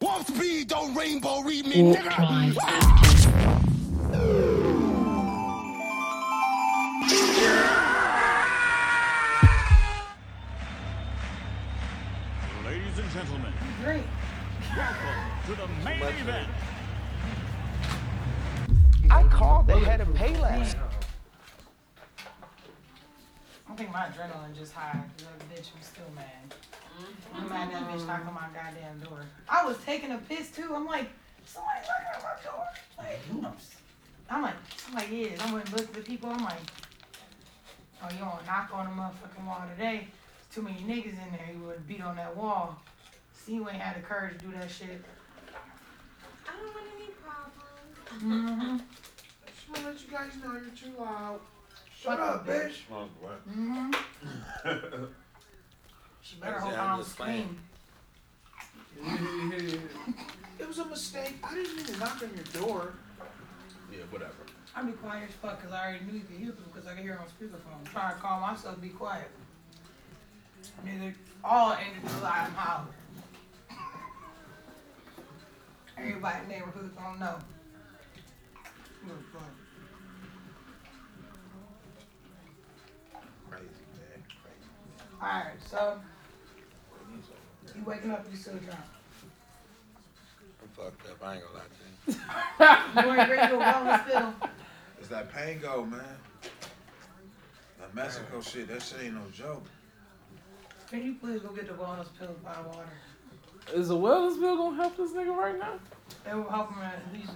Warp speed, don't rainbow read me, Warp nigga. Drive active. Ladies and gentlemen, welcome to the main event. I called. They had a pay last. I think my adrenaline just high. That bitch was still mad. I'm mad that bitch knocked on my goddamn door. I was taking a piss too. I'm like, somebody knocking on my door. Like, I'm, s- I'm like, I'm like, yeah. And I went and looked at the people. I'm like, oh, you don't knock on the motherfucking wall today. There's too many niggas in there. You would beat on that wall. See, you ain't had the courage to do that shit. I don't want any problems. Mm-hmm. Just wanna let you guys know you're too loud. Shut up, bitch. She Mm-hmm. better hope I don't scream. It was a mistake. I didn't mean to knock on your door. i be quiet as fuck because I already knew you could hear people because I could hear on speakerphone. I'm trying to calm myself to be quiet. Nigga, all ended the line holler. Everybody in the neighborhood don't know. What the fuck? Crazy, man. Crazy. Alright, so you waking up, you still drunk. I'm fucked up. I ain't gonna lie to you. You ain't ready to go wellness pill. It's that pango, man. That Mexico shit. That shit ain't no joke. Can you please go get the wellness pill by water? Is the wellness bill gonna help this nigga right now? It will help him at least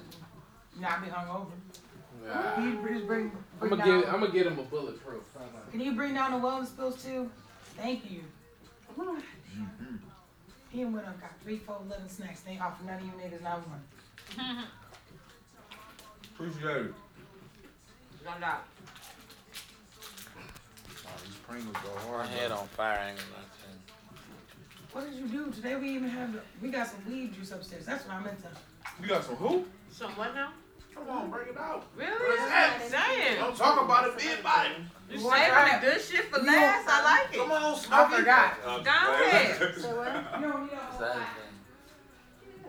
not be hungover. Can you just bring, I'm bring gonna down- get I'm gonna get him a bulletproof. Can you bring down the wellness pills too? Thank you. He went up, got three, four living snacks. They offer none of you niggas not one. Appreciate it. No doubt. Oh, these Pringles go hard. head on fire, I ain't gonna lie What did you do today? We even have we got some weed juice upstairs. That's what I meant to. You got some who? Some what now? Come on, break it out. Really? Yes. Damn. Don't talk about it. Be about it. You What? saving good shit for last. I like Come it. on, Smokey. forgot. Go ahead. So what? Yeah, You don't need a whole to him. lot.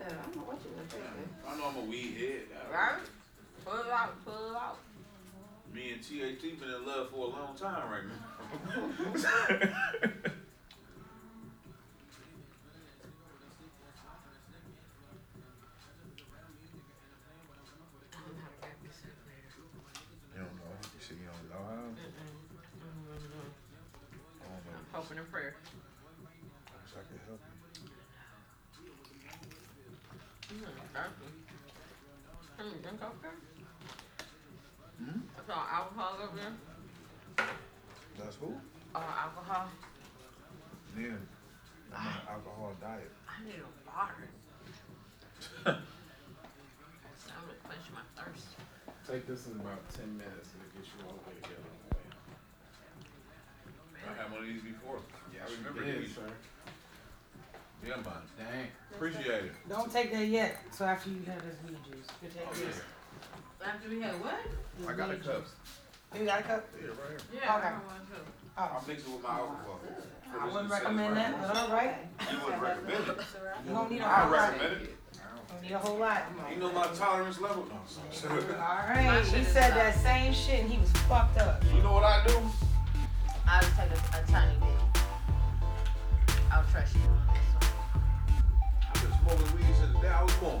I don't know what you're gonna think. I know I'm a weed head. Right? Pull it out. Pull it out. Me and TAT been in love for a long time right now. I don't know how to wrap this up later. You don't know. You said you don't know how? I don't really know. I don't know. Hoping and prayer. I wish I could help you. Mm-hmm. Mm, exactly. Can you drink up there? I saw alcohol up there. That's who? Oh, alcohol. Yeah. I'm on an alcohol diet. I need a water. So I'm gonna quench my thirst. Take this in about ten minutes and it'll get you all the way together. I had one of these before. Yeah, I remember Yeah, these. sir. Yeah, man. Dang. Appreciate it. Don't take that yet. So after you have this weed juice, you take this. After we had what? this I got a weed cup. juice. You got a cup? Yeah, right here. Yeah, Okay. I got one too. I'll mix it with my alcohol. I wouldn't recommend that, but all right. You wouldn't recommend it. You don't need a I whole lot. You recommend it. don't need a whole lot. You know my tolerance level. No, I'm All sorry. right. shit He is said up. that same shit and he was fucked up. You know what I do? I'll take a, a tiny bit. I'll trust you on this one. I've been smoking weed since the day I was born.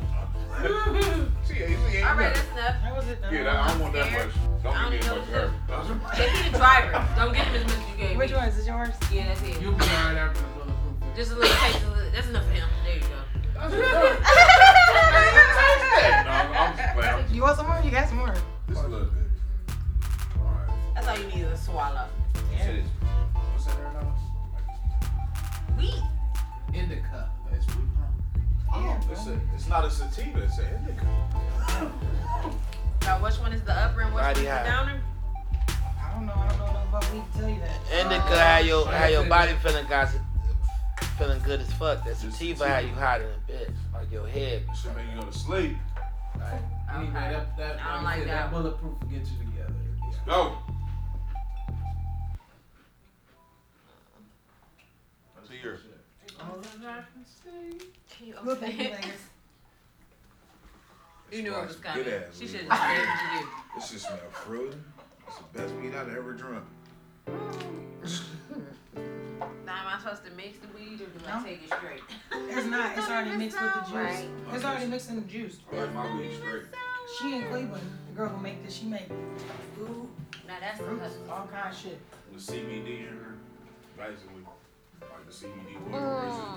TAC ain't All right, nothing. that's enough. That was it. Yeah, that, I don't want that much. I Don't don't give me know as much what hurt. Take me the driver. Don't get him as much as you gave Which me. one is this yours? Yeah, that's it. You'll be alright after the bulletproof. Just a little taste. Of, it. that's enough for him. There you go. No, I'm, I'm just playing. I'm- You want some more? You got some more. Just a little bit. Alright. That's all you need is a swallow. Shit is- What's that there now? Weed. It indica. It's, it's, a, it's not a sativa, it's an indica. Now, which one is the upper and which one is Body the high. downer? I don't know. I don't know enough about weed to tell you that. Indica, how your how your body feeling got feeling good as fuck. That's sativa, how you hot in the bitch, like your head. It should make you go to sleep. Okay. Anyway, that, that, I don't I like said, that that one. bulletproof will get you together. Go. Let's hear. Can you Look open at me it? later. You knew it was coming. Good ass She weed should right have there. just gave it to you. This shit smell fruity. It's the best weed I've ever drunk. Now, am I supposed to mix the weed or do I No. take it straight? It's not. It's already mixed with the juice. Right. It's already mixed in the juice. I like my weed straight. She in Cleveland, the girl who make this, she make food, Now, that's the fruits, hustle. all kind of shit. With CBD in her, basically. Like the CBD Mm. one,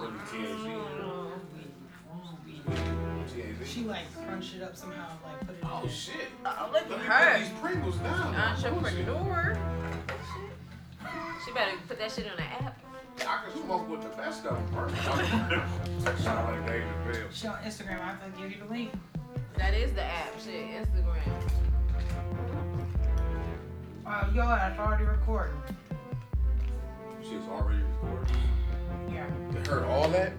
is really THC. THC. She like crunch it up somehow, like put it. Oh shit! Oh, look at Let me her. put these Pringles down. Entrepreneur. She better put that shit on the app. I can smoke with the best of them. Perfect. Sound like David Bell. She on Instagram. I have to give you the link. That is the app. Shit, Instagram. Uh, yo, I already recording. She's already recorded. Yeah. They heard all that?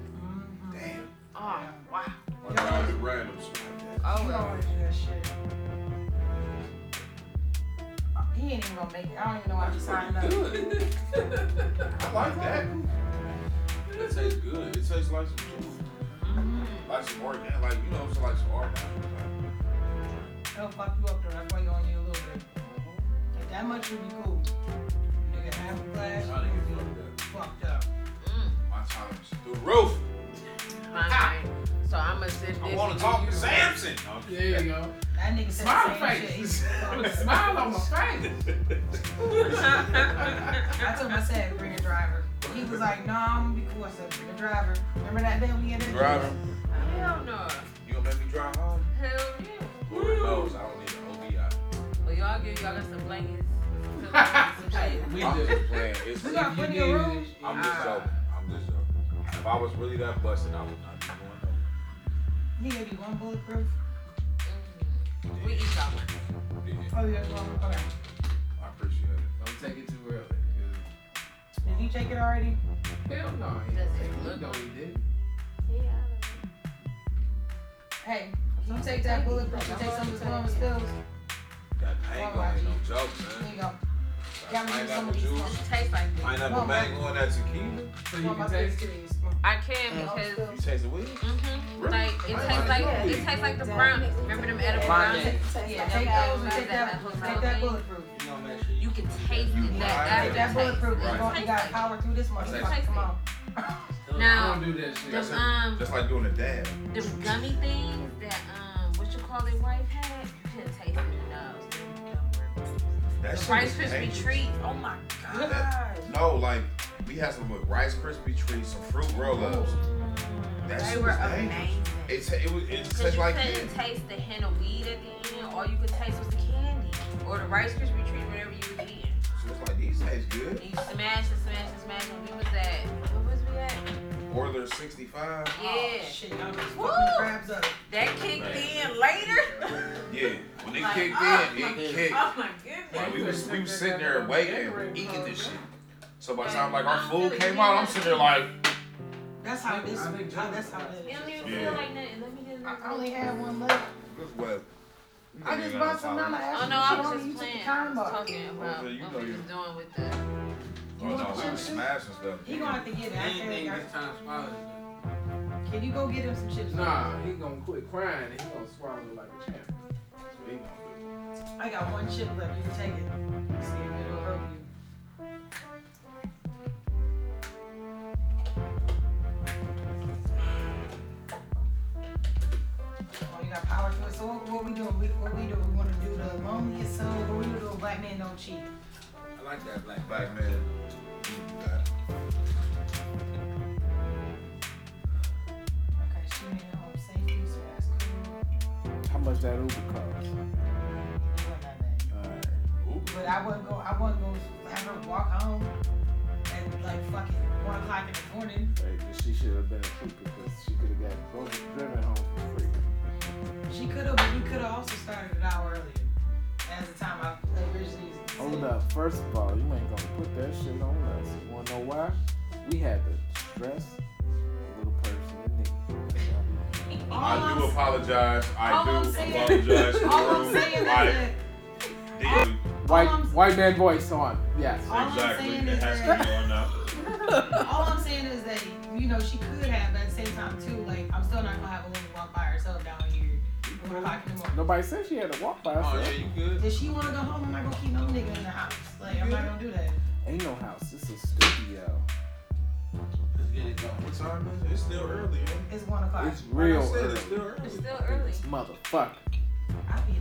Damn. Oh, wow. Like all the random shit like that. Oh, He well. always do that shit. Uh, He ain't even gonna make it. I don't even know why he signed up. Good. I like that. It tastes good. It tastes like some juice. Like some organic, like you know, it's like some organic. It'll fuck you up though. That's why you only need a little bit. Like, that much would be cool. Nigga, half a glass Trying to get that. fucked up. Mm, My tolerance is through the roof. Ah. Fine, fine. So I'm gonna sit this. I want to talk to Samson. There you go. That nigga said Smile the same shit. He face. Put a fucked. smile on my face. I told him I said bring a driver. He was like, nah, I'm gonna be cool. I said bring a driver. Remember that day we had that? Driving. Hell no. You gonna make me drive home? Hell yeah. Lord knows I don't need an OBI. Well, y'all give y'all some blankets. Some shit. We I'm do. just playing. It's, We got You plenty of did it. room. I'm just joking. I'm just joking. If I was really that busted, I would not be going He gave you one bulletproof. Mm-hmm. We eat y'all one. home. Yeah, Oh, you got one. Okay. I appreciate it. Don't take it too early. 'cause- Did he take it already? Hell no, he Does didn't it take it. look- You know he did. Hey, don't take that bulletproof. You take some of this one with pills. That mango ain't no joke, There man. you go. That pineapple juice, Tastes like this. pineapple mango, and that tequila. So One you of my can taste favorite it. series. One- I can because. You taste the weed? hmm Like it tastes like it tastes like the brownies. Remember them edible brownies? Monday. Yeah, take those and take that, take that bulletproof. You can taste it. That Take that bulletproof. You're gonna, you gotta aftertaste. power through this motherfucker. Come on. I Now, don't do that shit. them um, Just like doing a dab. them gummy things that um, what you call it, wife had. You couldn't taste it in those. That The shit Rice is Krispie dangerous. treat. Oh my Gosh. No, like we had some with Rice Krispie treats, some fruit roll-ups. That They shit were was dangerous. amazing. It, ta- it was it Cause tastes you like couldn't taste the hint of weed at the end. All you could taste was the candy or the Rice Krispie treat, whatever you was eating. She was like, these taste good. And you smash and smash and smash. And we was at what was we at? Order 65. Yeah. Oh, shit, y'all just Woo! fucking crabs up. That kicked in later. Yeah. When it Like, kicked oh in, my- it kicked. Oh my Like, goodness. we was we was sitting there waiting, eating this shit. So by the time like our I'm food really came out, I'm sitting there like, That's how this. I think how- That's how it It is. don't even Yeah. feel like nothing. Let me get another. I only had one left. this what? I just bought some. I'm Oh asking no, you, I why was you just took the playing. I time was box? talking about Okay, you what know we you- was doing with the. Oh no, we was smashing stuff. He gonna have to get it. I Anything said, this time swallows it. Can you go get him some chips? Nah, he gonna quit crying and he gonna swallow like a champ. That's what he gonna do. I got one chip left. You can take it. See if it'll help you. Oh, you got power to it. So what, what we doing? We, what we do? We want to do the loneliest song. What we do? Black man don't cheat. I like that black black man. Okay, she made it home safely, so that's cool. How much that Uber cost? We went that day. Alright. But I wouldn't go. I wouldn't go have her walk home and like fucking one o'clock in the morning. Hey, but she should have been a trooper because she could have got both driven home for free. She could have, but we could have also started an hour earlier. As the time I originally Hold up. First of all, you ain't gonna put that shit on us. You wanna know why? We had to stress a little person and nigga. I do apologize. I all do I'm saying- apologize. all I'm saying is I deeply. White Um, white man voice on. Yes. All I'm Exactly. saying It is has that- to be on now. All I'm saying is that you know she could have, but at the same time too, like I'm still not gonna have a woman walk by herself down here at one o'clock in the morning. Nobody said she had to walk by Oh, herself. yeah, you good? If she wanna go home, I'm not gonna keep no nigga in the house. Like I'm not gonna do that. Ain't no house. It's a studio. Let's get it going. What time is it? It's still early, man. It's one o'clock. It's real Like I said, early. it's still early. It's still early. Motherfucker. I be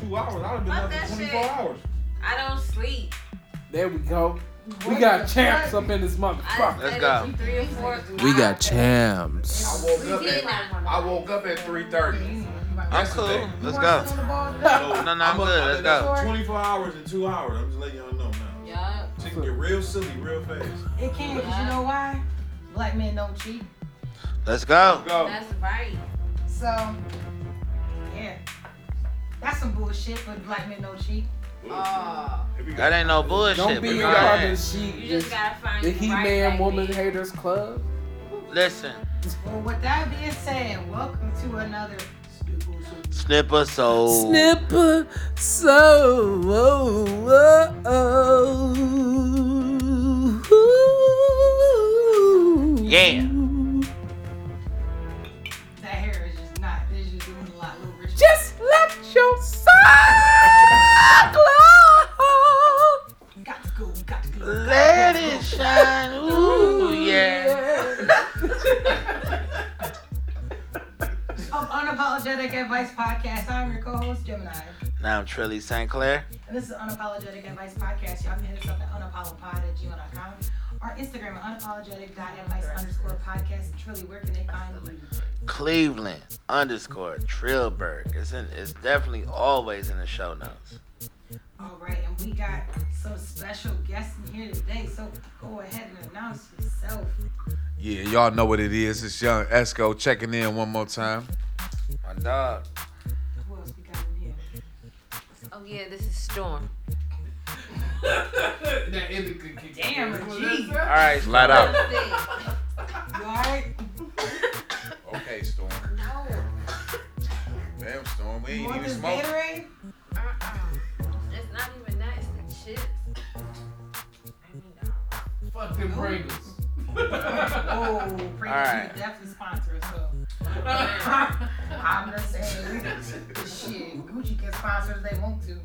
Two hours. I'd have been Fuck up that for 24 shit. hours. I don't sleep. There we go. We What got the champs fuck? up in this I motherfucker. Let's said go. it Three or four. o'clock. We got champs. I woke up did at not. I woke up at 3:30. I'm That's the cool. thing. Let's You go. wanna sit on the ball today? So, No, no, I'm good. up- Let's that's go. 24 hours and two hours. I'm just letting y'all know now. Yup. She can get real silly real fast. It can, cause you know why? Black men don't cheat. Let's go. Go. That's right. So, yeah, that's some bullshit. But black men don't cheat. Uh, Here we go. That ain't no bullshit. Don't be but in go fucking ahead. you she just gotta find the the He right Man black Woman man. Haters Club. Listen, Well, with that being said, welcome to another. snipper soul. Snipper, so whoa, whoa, oh. Yeah. That hair is just not. It's just doing a lot. Little rich. Just let your side glow. We got to go. We got to go. Let it shine. Ooh, yeah. Of Unapologetic Advice Podcast. I'm your co-host Gemini, Now I'm Trilly St. Clair. and this is Unapologetic Advice Podcast. Y'all can hit us up at unapolopod at gmail.com or Instagram at unapologetic.advice underscore podcast. And truly, where can they find you? Cleveland underscore Trillberg. It's in. It's definitely always in the show notes. All right, and we got some special guests in here today. So go ahead and announce yourself. Yeah, y'all know what it is. It's Young Esco checking in one more time. My dog. Who else we got in here? Oh yeah, this is Storm. That indica kick. Damn, G. All right. Flat out. uh-uh. You all right? Okay, Storm. No. Damn, Storm. We You ain't want even this smoking. Gatorade? Uh-uh. It's not even that. It's the chips. I mean, uh, Fuck them Pringles. Oh, All Pringles right. should definitely sponsor us. So I'm just saying, shit, Gucci can sponsor if they want to.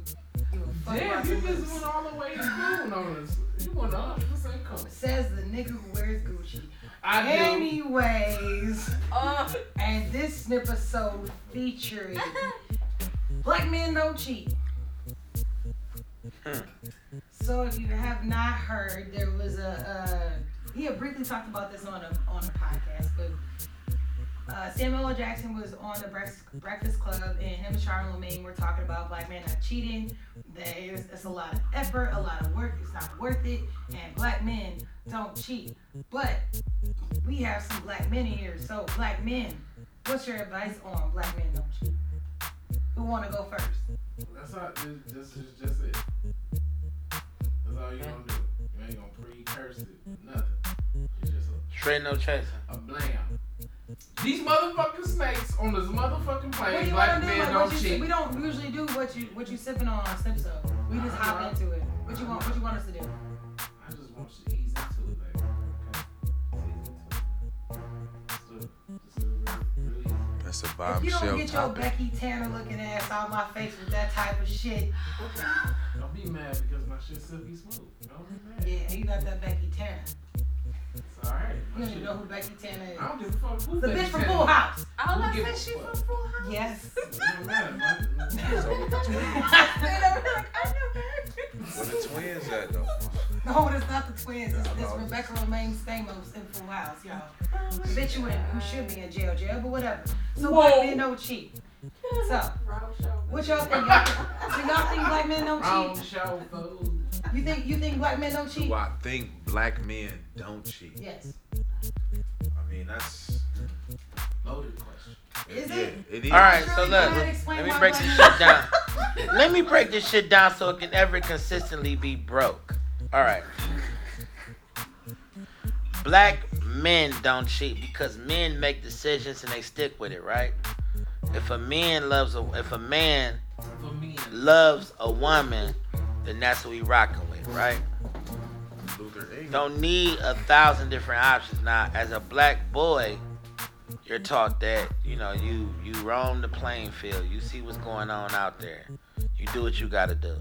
Give a fuck about Damn, you the just Gucci. went all the way to school on us. You want 100% income. Says the nigga who wears Gucci. I do. Anyways, Oh, and this snipper so featuring Black Men Don't Cheat. So if you have not heard, there was a uh, he had briefly talked about this on a on a podcast, but uh, Samuel L. Jackson was on the Brex- Breakfast Club, and him and Charlamagne were talking about black men not cheating. That is, it's a lot of effort, a lot of work. It's not worth it, and black men don't cheat. But we have some black men in here, so black men, what's your advice on black men don't cheat? Who want to go first? That's not, this, this is just it. That's all you gonna do. You ain't gonna pre-curse it. Nothing. It's just a, Straight no chasing. a blam. These motherfucking snakes on this motherfucking What plane. do you Black want to do? men Like, don't what you, cheat. we don't usually do what you what you sipping on on Snip so We just hop into it. What you want? What you want us to do? I just want you to ease into it, baby. Okay? Just ease into it. Just do it. Just do it real, real easy. That's a if you don't bombshell get your topic. Becky Tanner looking ass out my face with that type of shit, Don't be mad because my shit's silky smooth. Don't be mad. yeah, you not that Becky Tanner. It's alright. You My don't even shit- know who Becky Tanner I is. don't give a fuck who The they bitch from tell Full me. House. I was Who about to gives say a she fuck? from Full House. Yes. It don't matter. My- Where the twins at though? No, it's not the twins. It's, it's Rebecca Romaine Stamos in Full House, y'all. Bitch, you in, you should be in jail, jail, but whatever. So black men don't cheat. So, what y'all think? Y'all, do y'all think black men don't Wrong cheat? show, fool. You think you think black men don't cheat? Do I think black men don't cheat. Yes. I mean, that's loaded question. Is yeah, it? It is. All right, so Really look, gotta explain let me why break black this men- shit down. let me break this shit down so it can ever consistently be broke. All right. Black men don't cheat because men make decisions and they stick with it, right? If a man loves a if a man loves a woman, then that's what we rocking with, right? Don't need a thousand different options. Now, as a black boy, you're taught that you know you you roam the playing field. You see what's going on out there. You do what you gotta do.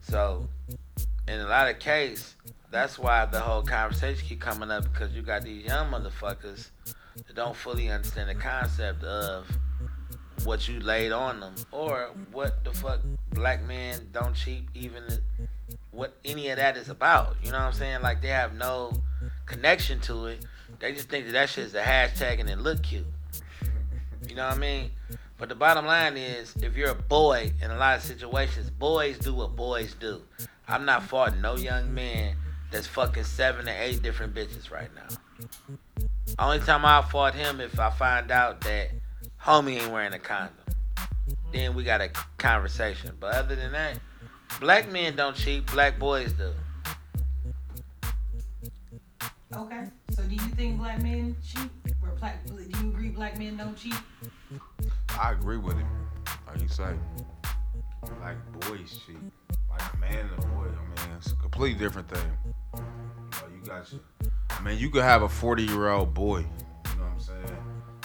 So, in a lot of case, that's why the whole conversation keep coming up because you got these young motherfuckers that don't fully understand the concept of what you laid on them or what the fuck black men don't cheat even what any of that is about. You know what I'm saying? Like they have no connection to it. They just think that that shit is a hashtag and it look cute. You know what I mean? But the bottom line is, if you're a boy in a lot of situations, boys do what boys do. I'm not faulting no young man that's fucking seven or eight different bitches right now. Only time I fault him if I find out that homie ain't wearing a condom. Then we got a conversation. But other than that, black men don't cheat, black boys do. Okay. So do you think black men cheat? Or black, do you agree black men don't cheat? I agree with him. Like you say, like boys cheat. Like a man and a boy. I mean, it's a completely different thing. Like, Oh, you got your, I mean, you could have a 40 year old boy. you know what I'm saying?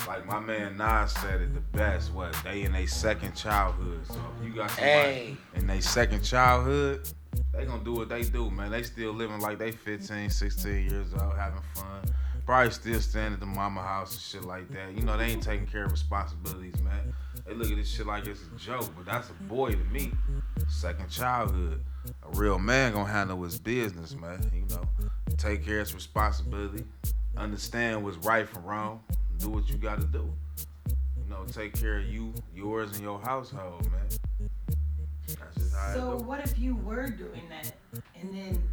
Like my man Nas said it the best. What they in their second childhood. So if you got somebody Hey. in their second childhood, they gonna do what they do, man. They still living like they 15, 16 years old, having fun. Probably still staying at the mama house and shit like that. You know, they ain't taking care of responsibilities, man. They look at this shit like it's a joke, but that's a boy to me. Second childhood. A real man gonna handle his business, man. You know, take care of his responsibility, understand what's right from wrong, do what you gotta do. You know, take care of you, yours, and your household, man. That's just how So it go. what if you were doing that, and then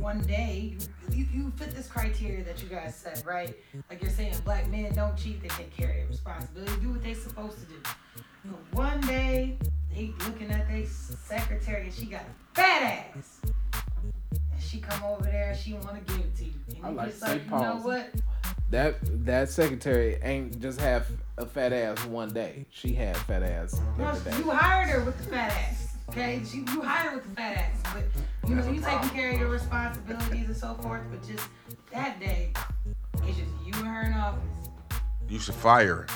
one day you, you, you fit this criteria that you guys said, right? Like you're saying, black men don't cheat; they take care of their responsibility, do what they supposed to do. But one day they looking at their secretary, and she got a fat ass, and she come over there, and she want to give it to you, and I you like just like, Saint you know Paul's. what? That that secretary ain't just have a fat ass one day. She had fat ass No, every day. you hired her with the fat ass. Okay, you, you hired her with the fat ass, but you know you taking care of your responsibilities and so forth. But just that day, it's just you and her in office. You should fire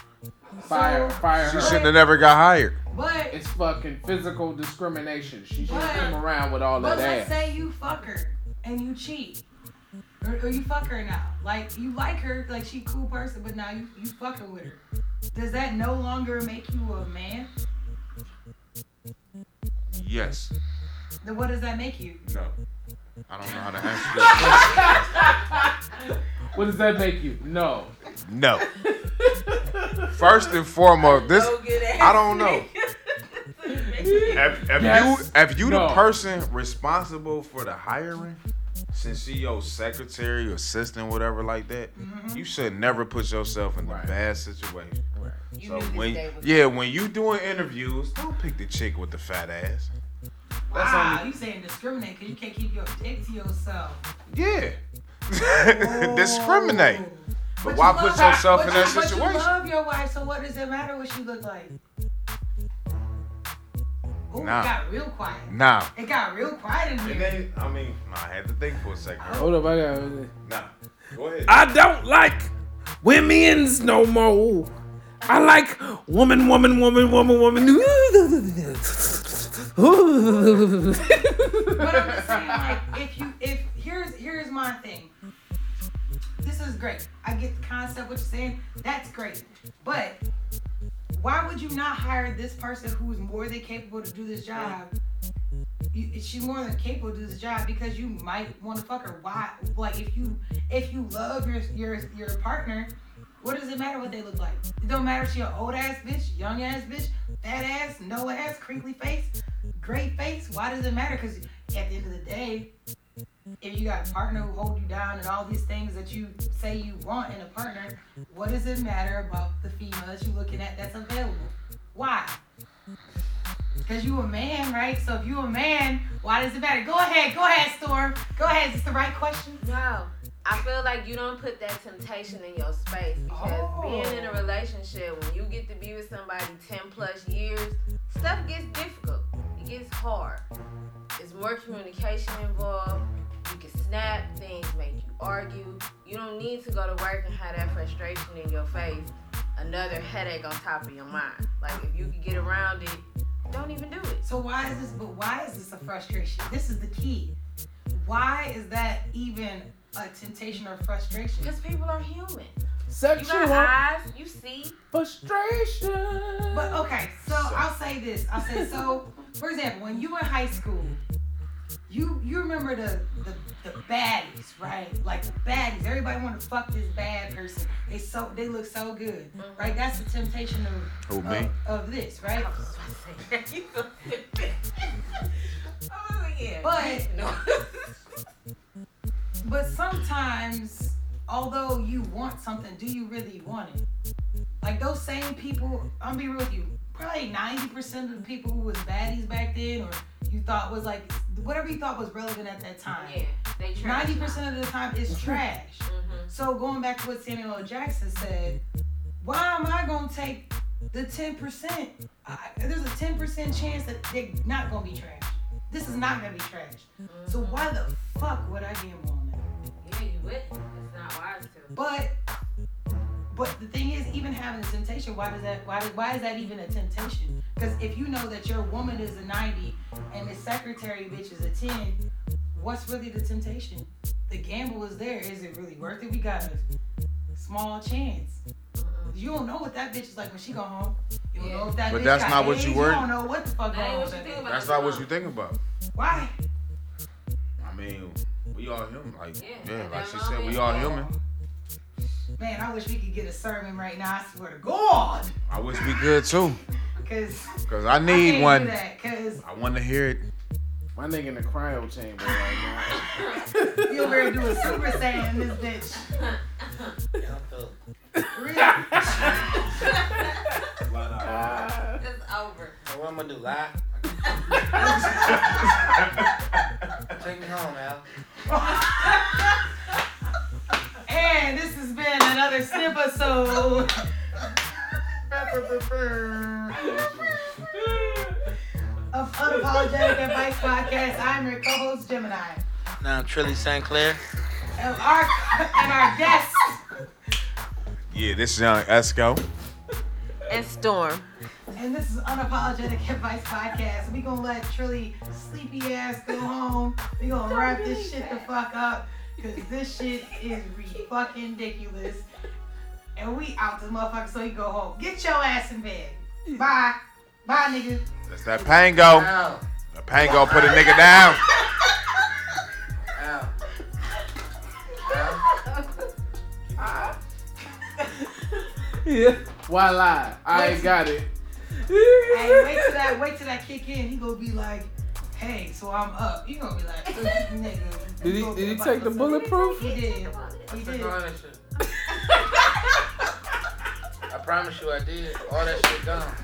Fire, fire her. She her. shouldn't have never got hired. But It's fucking physical discrimination. She should But- come around with all but that let's ass. say you fuck her and you cheat, or, or you fuck her now. Like you like her, like she cool person, but now you you fucking with her. Does that no longer make you a man? Yes. Then what does that make you? No. I don't know how to answer that What does that make you? No. question. No. First and foremost, this I don't know. If, if Yes. you if you No. the person responsible for the hiring, since she your secretary, your assistant, whatever like that, you should never put yourself in a bad situation. So when yeah, when you doing interviews, don't pick the chick with the fat ass. That's Wow, you saying discriminate because you can't keep your dick to yourself. Yeah. Discriminate. But, But why you put love- yourself but in that you- but situation? you love your wife, so what does it matter what she look like? Ooh, Nah. it got real quiet. Nah. It got real quiet in And here. then, I mean, I had to think for a second. Hold up, I got. Nah. Go ahead. I don't like women's no more. I like woman, woman, woman, woman, woman. but I'm just saying, like, if you, if here's here's my thing. This is great. I get the concept what you're saying. That's great. But why would you not hire this person who is more than capable to do this job? You, she's more than capable to do this job because you might want to fuck her. Why? Like, if you if you love your your your partner. What does it matter what they look like? It don't matter if she an old ass bitch, young ass bitch, fat ass, no ass, crinkly face, great face. Why does it matter? Because at the end of the day, if you got a partner who hold you down and all these things that you say you want in a partner, what does it matter about the female that you're looking at that's available? Why? Because you a man, right? So if you a man, why does it matter? Go ahead, go ahead, Storm. Go ahead. Is this the right question? No. I feel like you don't put that temptation in your space because Oh. being in a relationship, when you get to be with somebody 10 plus years, stuff gets difficult. It gets hard. It's more communication involved. You can snap, things make you argue. You don't need to go to work and have that frustration in your face, another headache on top of your mind. Like, if you could get around it, don't even do it. So why is this? But why is this a frustration? This is the key. Why is that even a temptation or frustration? Because people are human. You Sexual got eyes, you see. frustration. But okay, so I'll say this. I'll say so. For example, when you were in high school, you you remember the the, the baddies, right? Like the baddies. Everybody want to fuck this bad person. They so they look so good, right? That's the temptation of Who, me? of, of this, right? But but sometimes, although you want something, do you really want it? Like those same people, I'm be real with you. Probably 90% of the people who was baddies back then, or you thought was like whatever you thought was relevant at that time. Yeah, they trash Ninety percent of the time it's trash. Mm-hmm. So going back to what Samuel L. Jackson said, why am I gonna take the 10%? I, there's a 10% chance that they're not gonna be trash. This is not gonna be trash. So why the fuck would I gamble on Yeah, you would. It's not wise to. that? But but the thing is, even having a temptation, why does that why why is that even a temptation? Because if you know that your woman is a 90 and the secretary bitch is a 10, what's really the temptation? The gamble is there. Is it really worth it? We got a small chance. You don't know what that bitch is like when she go home. You don't know if that But bitch that's got not what AIDS. you worry- don't know what the fuck going on. with that bitch. That's not what you think about. Why? I mean, we all human. Like, Yeah, yeah, at like that she said, we moment, all yeah. human. Man, I wish we could get a sermon right now. I swear to God, I wish we could too, because cause I need one. Because I want to hear it. My nigga in the cryo chamber right you over here doing super saiyan in this It's over. What am I gonna do? Lie? Take me home, Al. bitch. And this has been another snip episode. of Unapologetic Advice Podcast. I'm your co-host Gemini. Now, Trilly St. Clair. And our and our guest Yeah, this is young Esco. And Storm. And this is Unapologetic Advice Podcast. We gonna let Trilly sleepy ass go home. We gonna wrap this shit the fuck up. Cause this shit is re fucking ridiculous. And we out this motherfucker so you go home. Get your ass in bed. Bye. Bye nigga. That's that pango. The pango put a nigga down. now. yeah. Why lie? I ain't got it. Hey, wait till that wait till that kick in. He gonna be like, hey, so I'm up. You gonna be like, "Ugh, nigga. Did he, did he take the bulletproof? He did. He I did. took all that shit. I promise you I did. All that shit gone.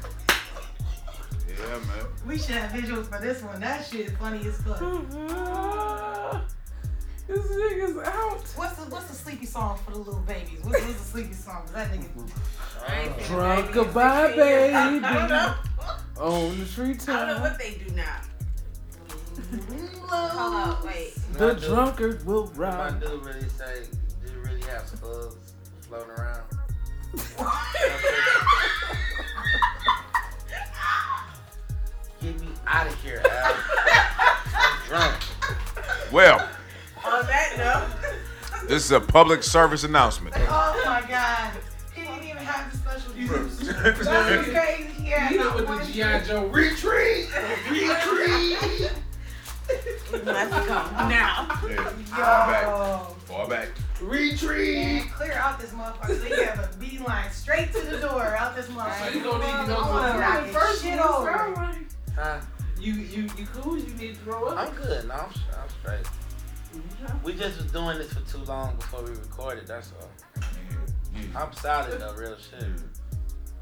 Yeah, man. We should have visuals for this one. That shit is funny as fuck. This nigga's out. What's the what's the sleepy song for the little babies? What's, what's the sleepy song? 'Cause That nigga. Drunk goodbye, baby. I don't know. I On the don't know treetop. what they do now. Hold on, wait. The My dude- drunkard will My ride. dude really say, do you really have slugs floating around? Get me out of here, Al. I'm drunk. Well, On that note, this is a public service announcement. Oh my god. He didn't even have the special juice. that was crazy. Yeah. You know what the G.I. Joe retreat. Retreat. must come now. Yeah, Oh. Yo. fall back. Man, clear out this motherfucker so you have a beeline straight to the door out this motherfucker. So you gonna need to go I wanna to the knock room this first shit to the over. Huh? You you you cool? You need to throw up? I'm good. No, I'm, I'm straight. We just was doing this for too long before we recorded. That's all. I'm solid though, real shit.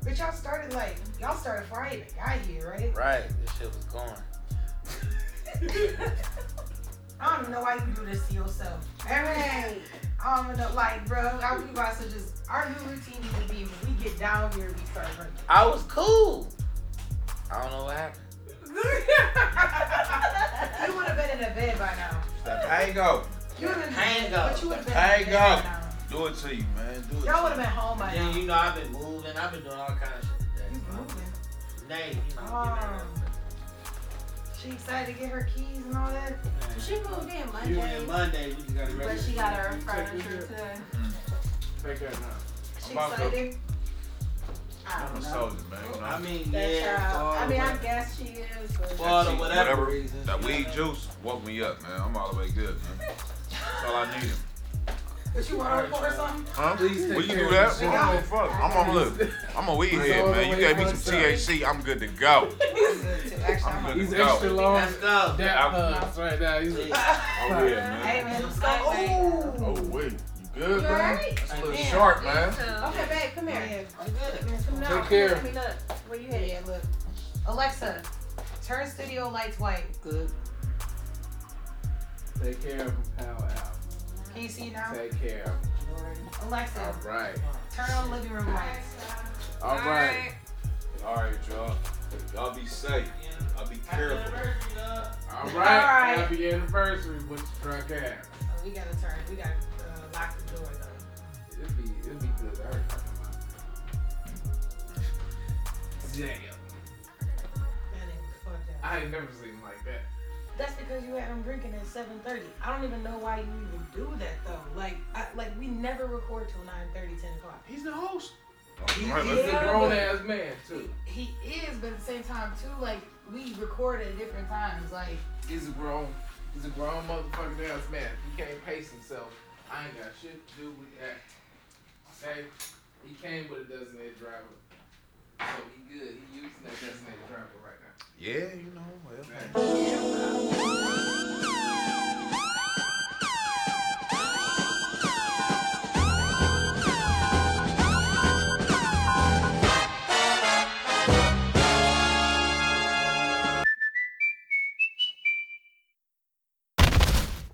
But y'all started like y'all started Friday. I got here, right? Right, this shit was going. I don't even know why you do this to yourself. Everything. I don't even know, like, bro. I we about to just our new routine needs to be when we get down here, we start drinking. I was cool. I don't know what happened. you would have been in a bed by now. I ain't go. You would have been Hang up. but you would have been I in ain't a bed go. by now. Do it to you, man. Do it. Y'all would have been home by now. Then you know I've been moving. I've been doing all kind of shit today. You moving. Nay, you know. Oh. She excited to get her keys and all that. She moved in You Oh, Monday, and Monday, we can go to but she got her furniture today. Take that now. She I'm about to- excited. I I'm don't a know. soldier, man. You know, I mean, That yeah. child. I for- mean, I guess she is, but for the Shit, whatever, whatever. reason. That weed juice woke me up, man. I'm all the way good, man. That's all I needed. but you want her for something? Huh? Please take Will you care do of that? the Well, I don't give a fuck. I'm on look. I'm a weed head, all the man. You way gave me some on the side. THC. I'm good to go. I'm good too. Actually, I'm I'm like, good He's to go. extra long. Let's go. That uh, I'm- hugs right now. He's Please. Oh yeah, hey man. man, let's Oh. go. Oh wait, you good, You man? alright? That's a little Yeah. sharp, man. Oh, Okay, babe, come here. I'm good. Come now. Take care. Let me look. Where you Yeah, headed? yeah, look. Alexa, turn studio lights white. Good. Take care of him, pal. Al. Can you see now? Take care of him. Alexa, All right. turn on living room lights. All right. All right, y'all. Y'all be safe. Y'all be careful. All right. right. Happy anniversary with your drunk ass. Oh, we gotta turn. We gotta uh, lock the door though. It'd be, it'd be good. I heard talking about it. Damn. That ain't fucked up. I ain't never seen him like that. That's because you had him drinking at 7:30. I don't even know why you even do that though. Like, I, like we never record till 9:30, 10 o'clock. He's the host. He, All he's right, a let's- Yeah. grown ass man, too. He, he is, but at the same time too, like we record at different times. Like, He's a grown, he's a grown motherfucking ass man. He can't pace himself. I ain't got shit to do with that. Okay? He came with a designated driver. So he good. He using that designated driver right now. Yeah, you know. well,